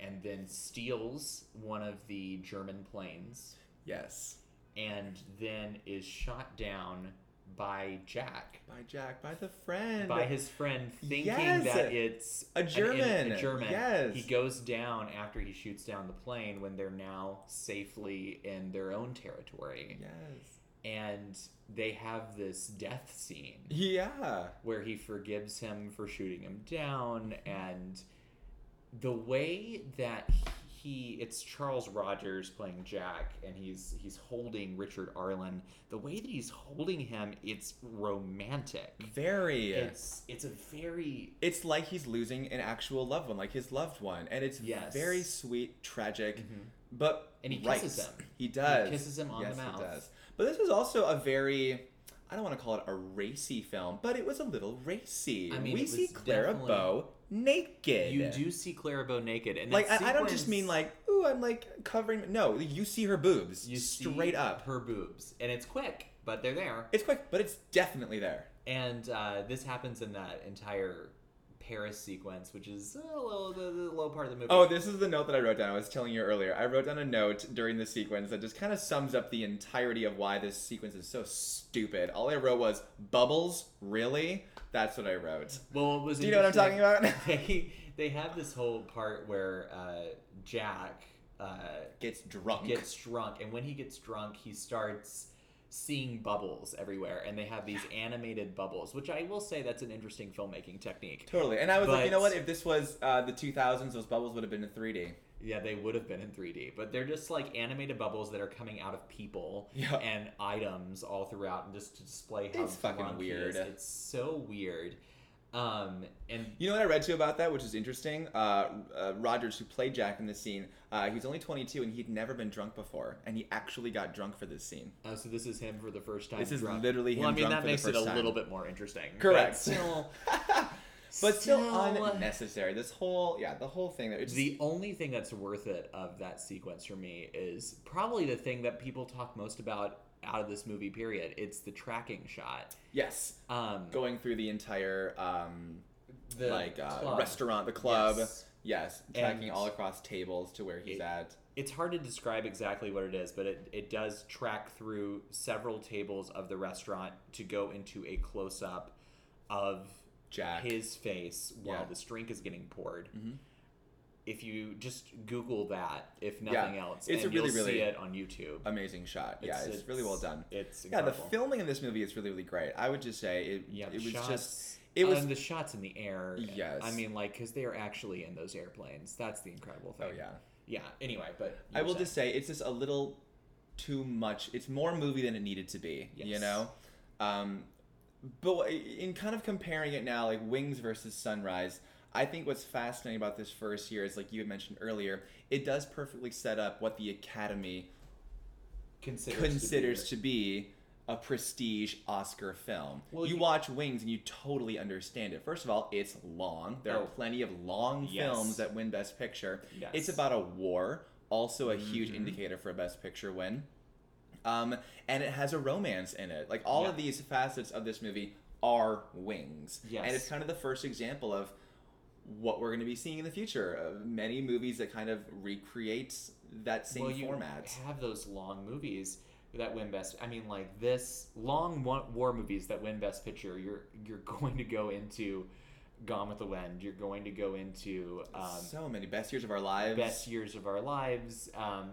and then steals one of the German planes
yes.
and then is shot down by Jack.
By Jack, by the friend.
by his friend thinking
Yes!
that it's
A
an- an-
German,
a German.
yes.
He goes down after he shoots down the plane when they're now safely in their own territory.
yes.
And they have this death scene
Yeah.
where he forgives him for shooting him down and the way that he it's Charles Rogers playing Jack and he's he's holding Richard Arlen. The way that he's holding him, it's romantic.
Very. It's,
It's it's a very
like he's losing an actual loved one, like his loved one, and it's
Yes. Mm-hmm.
very sweet, tragic, but
And he
right.
kisses him.
He does.
kisses him on the
yes,
mouth.
He does. But this was also a very. I don't want to call it a racy film, but it was a little racy.
I mean,
we
it
see
was
Clara
definitely-
Bow naked.
You do see Clara Bow naked, and
like
that
I, I don't just
sequence,
mean like ooh I'm like covering no you see her boobs
you see
straight up
her boobs, and it's quick, but they're there.
it's quick but it's definitely there
And uh, this happens in that entire Paris sequence, which is a little, the, the low part of the movie.
oh this is the note that I wrote down I was telling you earlier I wrote down a note during the sequence that just kind of sums up the entirety of why this sequence is so stupid all I wrote was bubbles really that's what I wrote
well, it was
do you know what I'm talking
interesting-
about
They they have this whole part where uh, Jack uh,
gets drunk
gets drunk, and when he gets drunk, he starts seeing bubbles everywhere, and they have these animated bubbles, which I will say that's an interesting filmmaking technique.
totally and I was like you know
But-
what if this was uh, the 2000s those bubbles would have been in 3D
Yeah, they would have been in 3D, but they're just like animated bubbles that are coming out of people
Yeah.
and items all throughout, and just to display how
It's fucking
drunk he
weird.
is. It's so weird. Um, and
You know what I read too about that, which is interesting. Uh, uh, Rogers, who played Jack in this scene, uh, he was only 22 and he'd never been drunk before, and he actually got drunk for this scene.
oh, so this is him for the first time.
This is
drunk.
literally
Well,
him
I mean,
drunk
that
for the
makes it
first
a
time.
little bit more interesting. but
Correct.
still,
But still,
Still-
unnecessary. This whole, yeah, the whole thing. It's
the only thing that's worth it of that sequence for me is probably the thing that people talk most about out of this movie. Period. It's the tracking shot.
yes,
Um,
going through the entire um,
the
like uh,
club.
restaurant, the club. Yes.
Yes.
tracking
And-
all across tables to where he's
It-
at.
it's hard to describe exactly what it is, but it, it does track through several tables of the restaurant to go into a close up of
Jack.
his face while
Yeah.
this drink is getting poured.
Mhm.
If you just Google that, if
Yeah.
nothing else,
It's a
and
really,
you'll
really-
see it on YouTube.
Amazing shot. yeah, it's, really well done.
It's
Yeah, the
incredible.
filming in this movie is really, really great. I would just say it,
Yeah,
it was
shots.
just It was
and the shots in the air. and-
Yes.
I mean, like, because they are actually in those airplanes. That's the incredible thing.
Oh yeah.
Yeah. Anyway, but
I will
you
just say it's just a little too much. It's more movie than it needed to be. You
Yes.
know, um, but in kind of comparing it now, like Wings versus Sunrise, I think what's fascinating about this first year is like you had mentioned earlier, it does perfectly set up what the Academy
considers to be-
considers to be a prestige Oscar film.
Well,
you
you-
watch Wings and you totally understand it. First of all, it's long. There are
Oh.
plenty of long
Yes.
films that win Best Picture.
Yes.
It's about a war, also a huge
Mhm.
indicator for a Best Picture win. Um, and it has a romance in it. Like all of
Yeah.
these facets of this movie are Wings. And
Yes.
it's kind of the first example of what we're going to be seeing in the future. Uh, many movies that kind of recreates that same
well, you
format.
Have those long movies that win best. I mean, like this long wa- war movies that win best picture. You're you're going to go into Gone with the Wind. You're going to go into um,
so many best years of our lives.
Best Years of Our Lives. Um,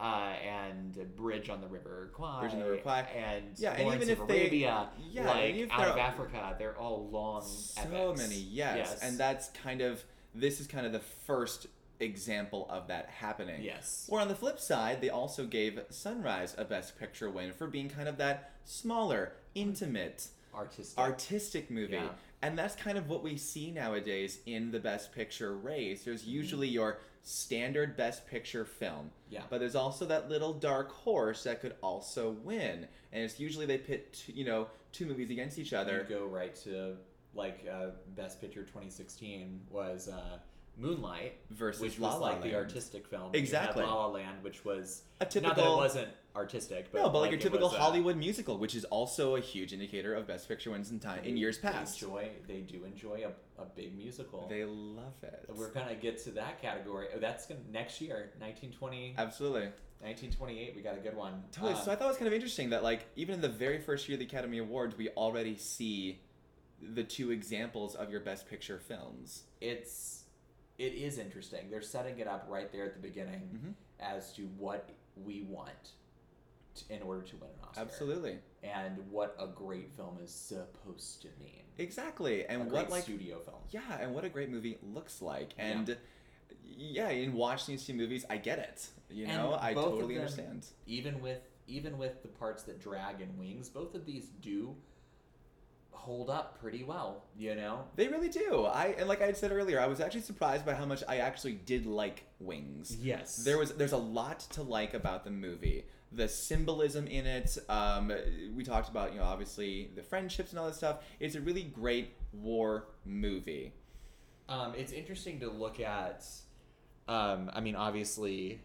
uh, and Bridge on the River Kwai,
Bridge on the River Kwai.
and
Yeah, and
Lawrence
even
of
if they-
Arabia,
yeah,
like
and if
Out of
they're-
Africa, they're all long.
so
epics.
many, yes. and that's kind of this is kind of the first example of that happening.
yes,
Or on the flip side, they also gave Sunrise a Best Picture win for being kind of that smaller, intimate,
artistic.
artistic movie.
Yeah.
And that's kind of what we see nowadays in the Best Picture race. There's
Mm-hmm.
usually your standard Best Picture film.
Yeah.
But there's also that little dark horse that could also win. And it's usually they pit, t- you know, two movies against each other.
You go right to like uh, Best Picture 2016 was uh, Moonlight,
Versus
which
La
was
La
like
Land.
the artistic film. You had
Exactly.
La La Land, which was
A
not that it
typical-
wasn't artistic, but
no, but like, your
it
typical
was, uh,
Hollywood musical, which is also a huge indicator of Best Picture wins in time in
they-
years
they
past.
Enjoy, they do enjoy a, a big musical.
They love it.
We're gonna get to that category. Oh, that's gonna next year, 1920,
Absolutely.
1928. We got a good one.
Totally.
Um,
so I thought it was kind of interesting that like even in the very first year of the Academy Awards, we already see the two examples of your Best Picture films.
it's it is interesting. They're setting it up right there at the beginning
Mhm.
as to what we want to, in order to win an Oscar.
Absolutely.
And what a great film is supposed to mean.
Exactly. And
a
what
great
like
studio film.
yeah, and what a great movie looks like. And yeah, in watching these two movies, I get it. You
And
know, I
both of
totally
them-
understand.
Even with even with the parts that drag and wings, both of these do hold up pretty well, you know?
They really do. I and like I had said earlier, I was actually surprised by how much I actually did like Wings.
Yes.
There was there's a lot to like about the movie. The symbolism in it. Um, we talked about you know obviously the friendships and all that stuff. It's a really great war movie.
Um, it's interesting to look at. Um, I mean, obviously,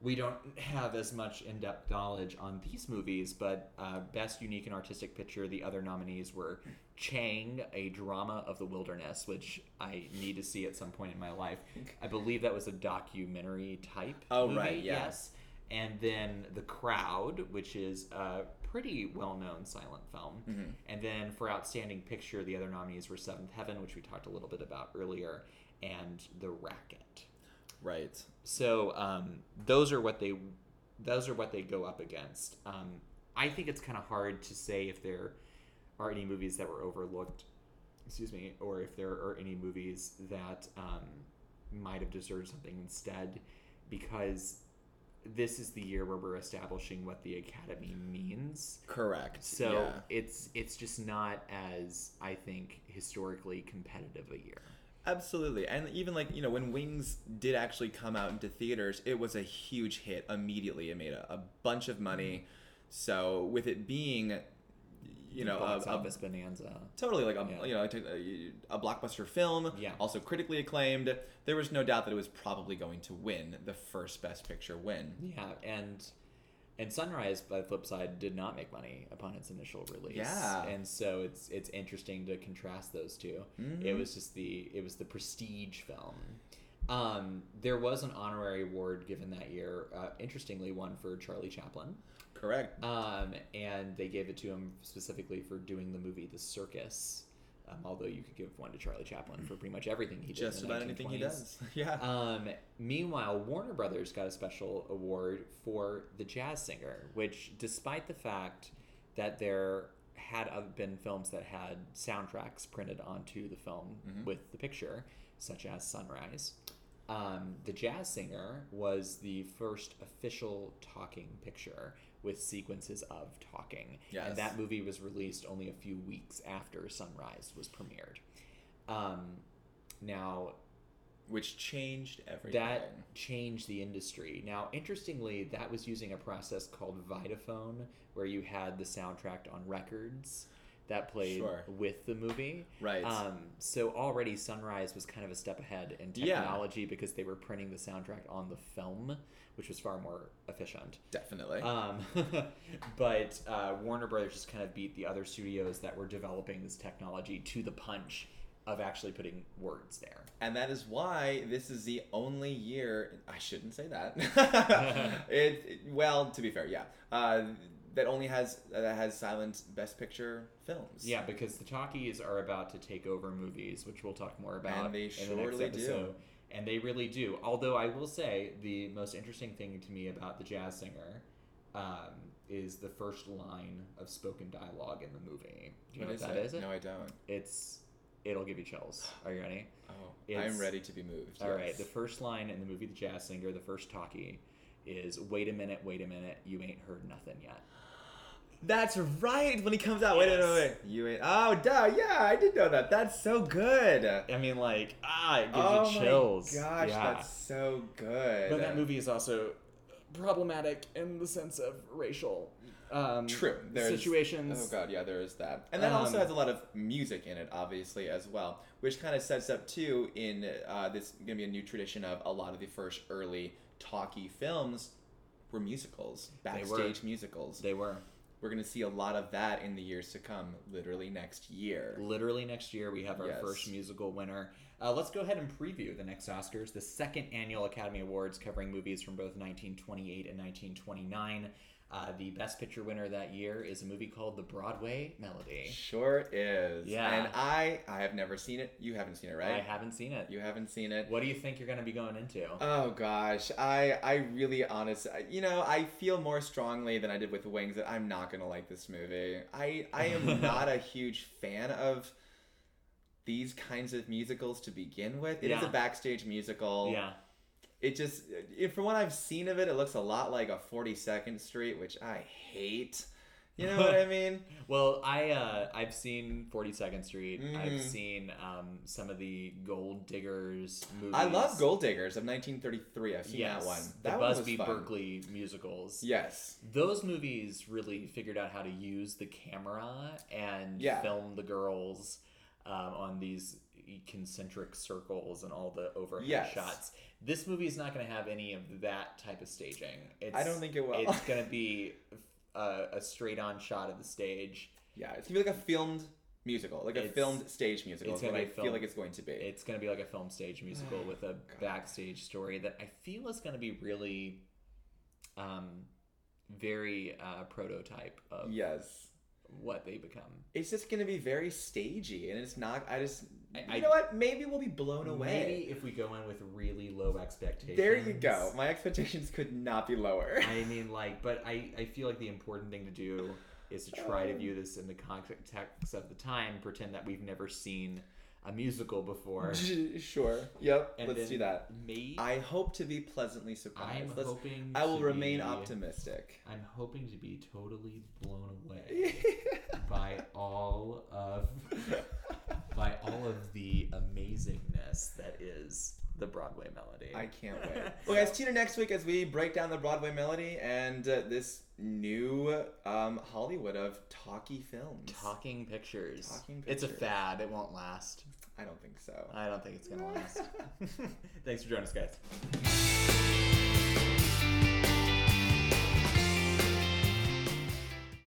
we don't have as much in depth knowledge on these movies, but uh, Best Unique and Artistic Picture, the other nominees were Chang, a drama of the wilderness, which I need to see at some point in my life. I believe that was a documentary type.
Oh,
movie,
right, yeah.
Yes. And then The Crowd, which is a pretty well known silent film.
Mhm.
And then for Outstanding Picture, the other nominees were Seventh Heaven, which we talked a little bit about earlier, and The Racket.
Right.
So um, those are what they those are what they go up against. Um, I think it's kind of hard to say if there are any movies that were overlooked, excuse me, or if there are any movies that um, might have deserved something instead, because this is the year where we're establishing what the Academy means.
Correct.
So
yeah.
it's it's just not as I think historically competitive a year.
Absolutely. And even like, you know, when Wings did actually come out into theaters, it was a huge hit immediately. It made a, a bunch of money.
Mm-hmm.
So with it being, you know, uh, a,
box
a-
office bonanza.
totally like a,
Yeah.
you know, like a, a blockbuster film,
Yeah.
also critically acclaimed, there was no doubt that it was probably going to win the first Best Picture win.
Yeah, and and Sunrise by the flip side did not make money upon its initial release.
Yeah.
and so it's it's interesting to contrast those 2 It
Mm-hmm.
was just the it was the prestige film. Um, there was an honorary award given that year. Uh, interestingly, one for Charlie Chaplin.
Correct.
Um, and they gave it to him specifically for doing the movie The Circus. Um, although you could give one to Charlie Chaplin for pretty much everything he did.
Just
in the
about anything he
1920s.
does. Yeah.
Um, meanwhile, Warner Brothers got a special award for The Jazz Singer, which, despite the fact that there had uh, been films that had soundtracks printed onto the film
Mhm.
with the picture, such as Sunrise. Um, the Jazz Singer was the first official talking picture with sequences of talking.
Yes.
And that movie was released only a few weeks after Sunrise was premiered. Um, now,
which changed everything.
that changed the industry. Now, interestingly, that was using a process called Vitaphone, where you had the soundtrack on records that played
Sure.
with the movie.
right.
Um, so already Sunrise was kind of a step ahead in
Yeah.
technology because they were printing the soundtrack on the film, which was far more efficient.
Definitely.
Um, but uh, Warner Brothers just kind of beat the other studios that were developing this technology to the punch of actually putting words there.
And that is why this is the only year. I shouldn't say that. it, it- well, to be fair, yeah, uh, that only has uh, that has silent best picture films.
Yeah, because the talkies are about to take over movies, which we'll talk more about
And they
in the next
surely do.
episode. And they really do. Although I will say the most interesting thing to me about the jazz singer um, is the first line of spoken dialogue in the movie. Do you know
What
what
is
that
it?
is?
No, I don't.
It's it'll give you chills. Are you ready?
Oh,
It's-
I'm ready to be moved.
All right.
yes.
The first line in the movie The Jazz Singer, the first talkie, is "Wait a minute, wait a minute, you ain't heard nothing yet."
That's right. When he comes out, wait, wait, wait,
Yes.
wait. You ain't. Oh, duh. Yeah, I did know that. That's so good.
I mean, like ah, it gives
oh
you chills.
my gosh,
Yeah.
that's so good.
But that movie is also problematic in the sense of racial um,
True. There's,
situations.
Oh god, yeah, there is that, and that also
Um,
has a lot of music in it, obviously as well, which kind of sets up too in uh, this gonna be a new tradition of a lot of the first early talkie films were musicals,
They
backstage
were.
musicals.
They were.
We're gonna see a lot of that in the years to come, literally next year.
Literally next year, we have our
Yes.
first musical winner. Uh, let's go ahead and preview the next Oscars, the second annual Academy Awards covering movies from both 1928 and 1929. Uh, the Best Picture winner that year is a movie called The Broadway Melody.
Sure is.
Yeah.
And I, I have never seen it. You haven't seen it,
I
right?
haven't seen it.
You haven't seen it.
What do you think you're going to be going into?
Oh gosh, I I really honest, I- you know, I feel more strongly than I did with Wings that I'm not gonna like this movie. I I am not a huge fan of these kinds of musicals to begin with. It is
Yeah.
a backstage musical.
yeah.
It just, it, from what I've seen of it, it looks a lot like a 42nd Street, which I hate. You know what I mean?
Well, I uh, I've seen Forty Second Street. I've
Mhm.
seen um, some of the Gold Diggers movies.
I love Gold Diggers of 1933. I've seen
Yes,
that one.
the
That one was
Busby
fun.
Berkeley musicals.
Yes.
Those movies really figured out how to use the camera and
Yeah.
film the girls um, on these concentric circles and all the overhead
Yes.
shots. This movie is not going to have any of that type of staging. It's,
I don't think it will.
it's going to be a, a straight on shot of the stage.
Yeah, it's gonna be like a filmed musical, like a
It's-
filmed stage musical.
it's
is what
gonna
I
be
feel
filmed.
like it's going to be.
It's going to be like a film stage musical
Oh,
with a backstage story that I feel is going to be really um very uh prototype of
yes,
what they become.
it's just gonna be very stagey, and it's not. I just,
I-
you
I-
know what? Maybe we'll be blown away.
Maybe if we go in with really low expectations.
There you go. My expectations could not be lower.
I mean like but I I feel like the important thing to do is to try to view this in the context of the time, pretend that we've never seen a musical before.
sure. Yep.
And
let's
then
do that.
Maybe
I hope to be pleasantly surprised.
I'm
let's,
hoping
I will
to
remain
be-
optimistic.
I'm hoping to be totally blown away by all of by all of the amazingness that is the Broadway melody.
I can't wait. Well, guys, tune in next week as we break down the Broadway melody and uh, this new um, Hollywood of talkie films.
Talking pictures.
Talking
It's a
pictures.
fad. It won't last.
I don't think so.
I don't think it's gonna last. Thanks for joining us, guys.